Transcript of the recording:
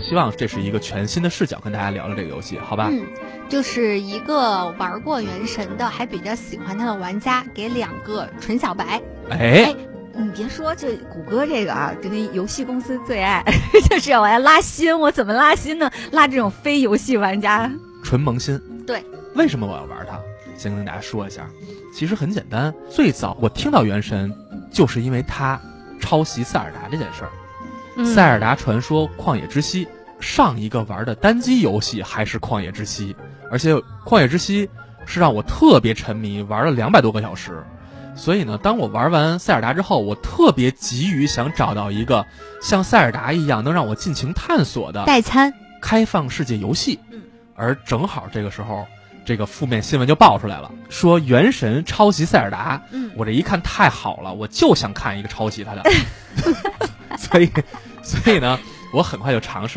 希望这是一个全新的视角跟大家聊聊这个游戏，好吧？嗯，就是一个玩过《原神》的，还比较喜欢它的玩家，给两个纯小白。哎，你别说，这谷歌这个啊，这个游戏公司最爱 就是要往下拉新。我怎么拉新呢？拉这种非游戏玩家。纯萌新。对，为什么我要玩它？先跟大家说一下，其实很简单。最早我听到《原神》，就是因为它抄袭塞尔达这件事儿。塞尔达传说、旷野之息，上一个玩的单机游戏还是旷野之息，而且旷野之息是让我特别沉迷，玩了两百多个小时。所以呢，当我玩完塞尔达之后，我特别急于想找到一个像塞尔达一样能让我尽情探索的代餐，开放世界游戏嗯。而正好这个时候，这个负面新闻就爆出来了，说《原神》抄袭塞尔达。嗯，我这一看太好了，我就 想看一个抄袭他的，所以，所以呢，我很快就尝试了。